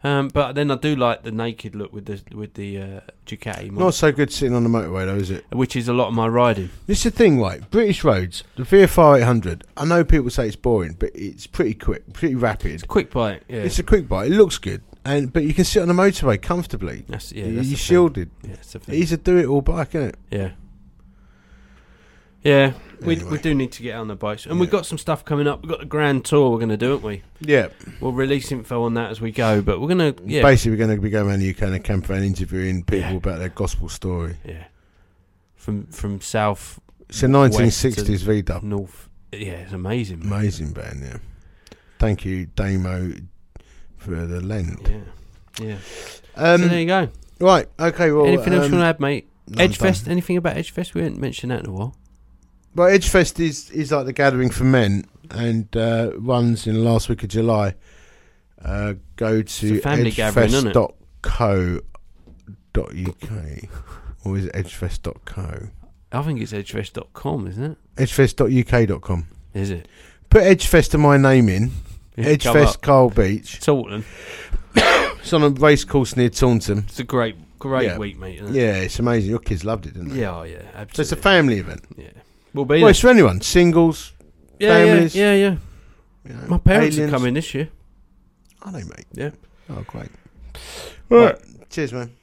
[SPEAKER 1] Um, but then I do like the naked look with the with the uh, Ducati,
[SPEAKER 2] Not
[SPEAKER 1] mod,
[SPEAKER 2] so good sitting on the motorway though, is it?
[SPEAKER 1] which is a lot of my riding.
[SPEAKER 2] This is the thing, right? British roads, the VFR 800. I know people say it's boring, but it's pretty quick, pretty rapid.
[SPEAKER 1] Quick bike, yeah.
[SPEAKER 2] It's a quick bite. It looks good, and but you can sit on the motorway comfortably.
[SPEAKER 1] that's, yeah, that's
[SPEAKER 2] You- You're
[SPEAKER 1] the thing.
[SPEAKER 2] shielded.
[SPEAKER 1] Yeah, that's the thing.
[SPEAKER 2] It's a do-it-all bike, isn't it?
[SPEAKER 1] yeah. Yeah, we, we
[SPEAKER 2] Anyway.
[SPEAKER 1] do need to get out on the bikes, and we've
[SPEAKER 2] Yeah.
[SPEAKER 1] got some stuff coming up. We've got the grand tour we're going to do, aren't we?
[SPEAKER 2] Yeah.
[SPEAKER 1] We'll release info on that as we go, but we're gonna yeah
[SPEAKER 2] Basically, we're going to be going around the UK in a camper van interviewing people
[SPEAKER 1] Yeah.
[SPEAKER 2] about their gospel story.
[SPEAKER 1] yeah from from south
[SPEAKER 2] It's a
[SPEAKER 1] West and-
[SPEAKER 2] 1960s V dub.
[SPEAKER 1] north yeah it's amazing man.
[SPEAKER 2] Amazing band, yeah. Thank you, Damo, for the lend.
[SPEAKER 1] yeah yeah so there
[SPEAKER 2] Um,
[SPEAKER 1] you go
[SPEAKER 2] right, okay, well.
[SPEAKER 1] anything else
[SPEAKER 2] um,
[SPEAKER 1] you want to add mate
[SPEAKER 2] no, I'm
[SPEAKER 1] Edgefest
[SPEAKER 2] done.
[SPEAKER 1] anything about Edgefest we haven't mentioned that in a while
[SPEAKER 2] Well, Edgefest is, is like the gathering for men and uh, runs in the last week of July. Uh, go to
[SPEAKER 1] a family gathering, isn't it?
[SPEAKER 2] edgefest.co.uk. or is it edgefest.co?
[SPEAKER 1] I think it's edgefest.com isn't
[SPEAKER 2] edgefest.uk.com.
[SPEAKER 1] it is it
[SPEAKER 2] Put Edgefest and my name in.
[SPEAKER 1] It's come
[SPEAKER 2] Edgefest
[SPEAKER 1] up.
[SPEAKER 2] Carl Beach.
[SPEAKER 1] Taunton
[SPEAKER 2] It's on a race course near Taunton.
[SPEAKER 1] it's a great great
[SPEAKER 2] Yeah.
[SPEAKER 1] week mate isn't it?
[SPEAKER 2] Yeah, it's amazing. Your kids loved it, didn't they?
[SPEAKER 1] yeah oh, yeah absolutely
[SPEAKER 2] So it's a family event.
[SPEAKER 1] yeah we'll be
[SPEAKER 2] Well,
[SPEAKER 1] there
[SPEAKER 2] it's for anyone. Singles.
[SPEAKER 1] yeah, yeah
[SPEAKER 2] families.
[SPEAKER 1] yeah yeah
[SPEAKER 2] You know,
[SPEAKER 1] my parents are
[SPEAKER 2] aliens.
[SPEAKER 1] coming this year
[SPEAKER 2] I know, mate.
[SPEAKER 1] Yeah.
[SPEAKER 2] Oh, great.
[SPEAKER 1] Right.
[SPEAKER 2] Cheers, man.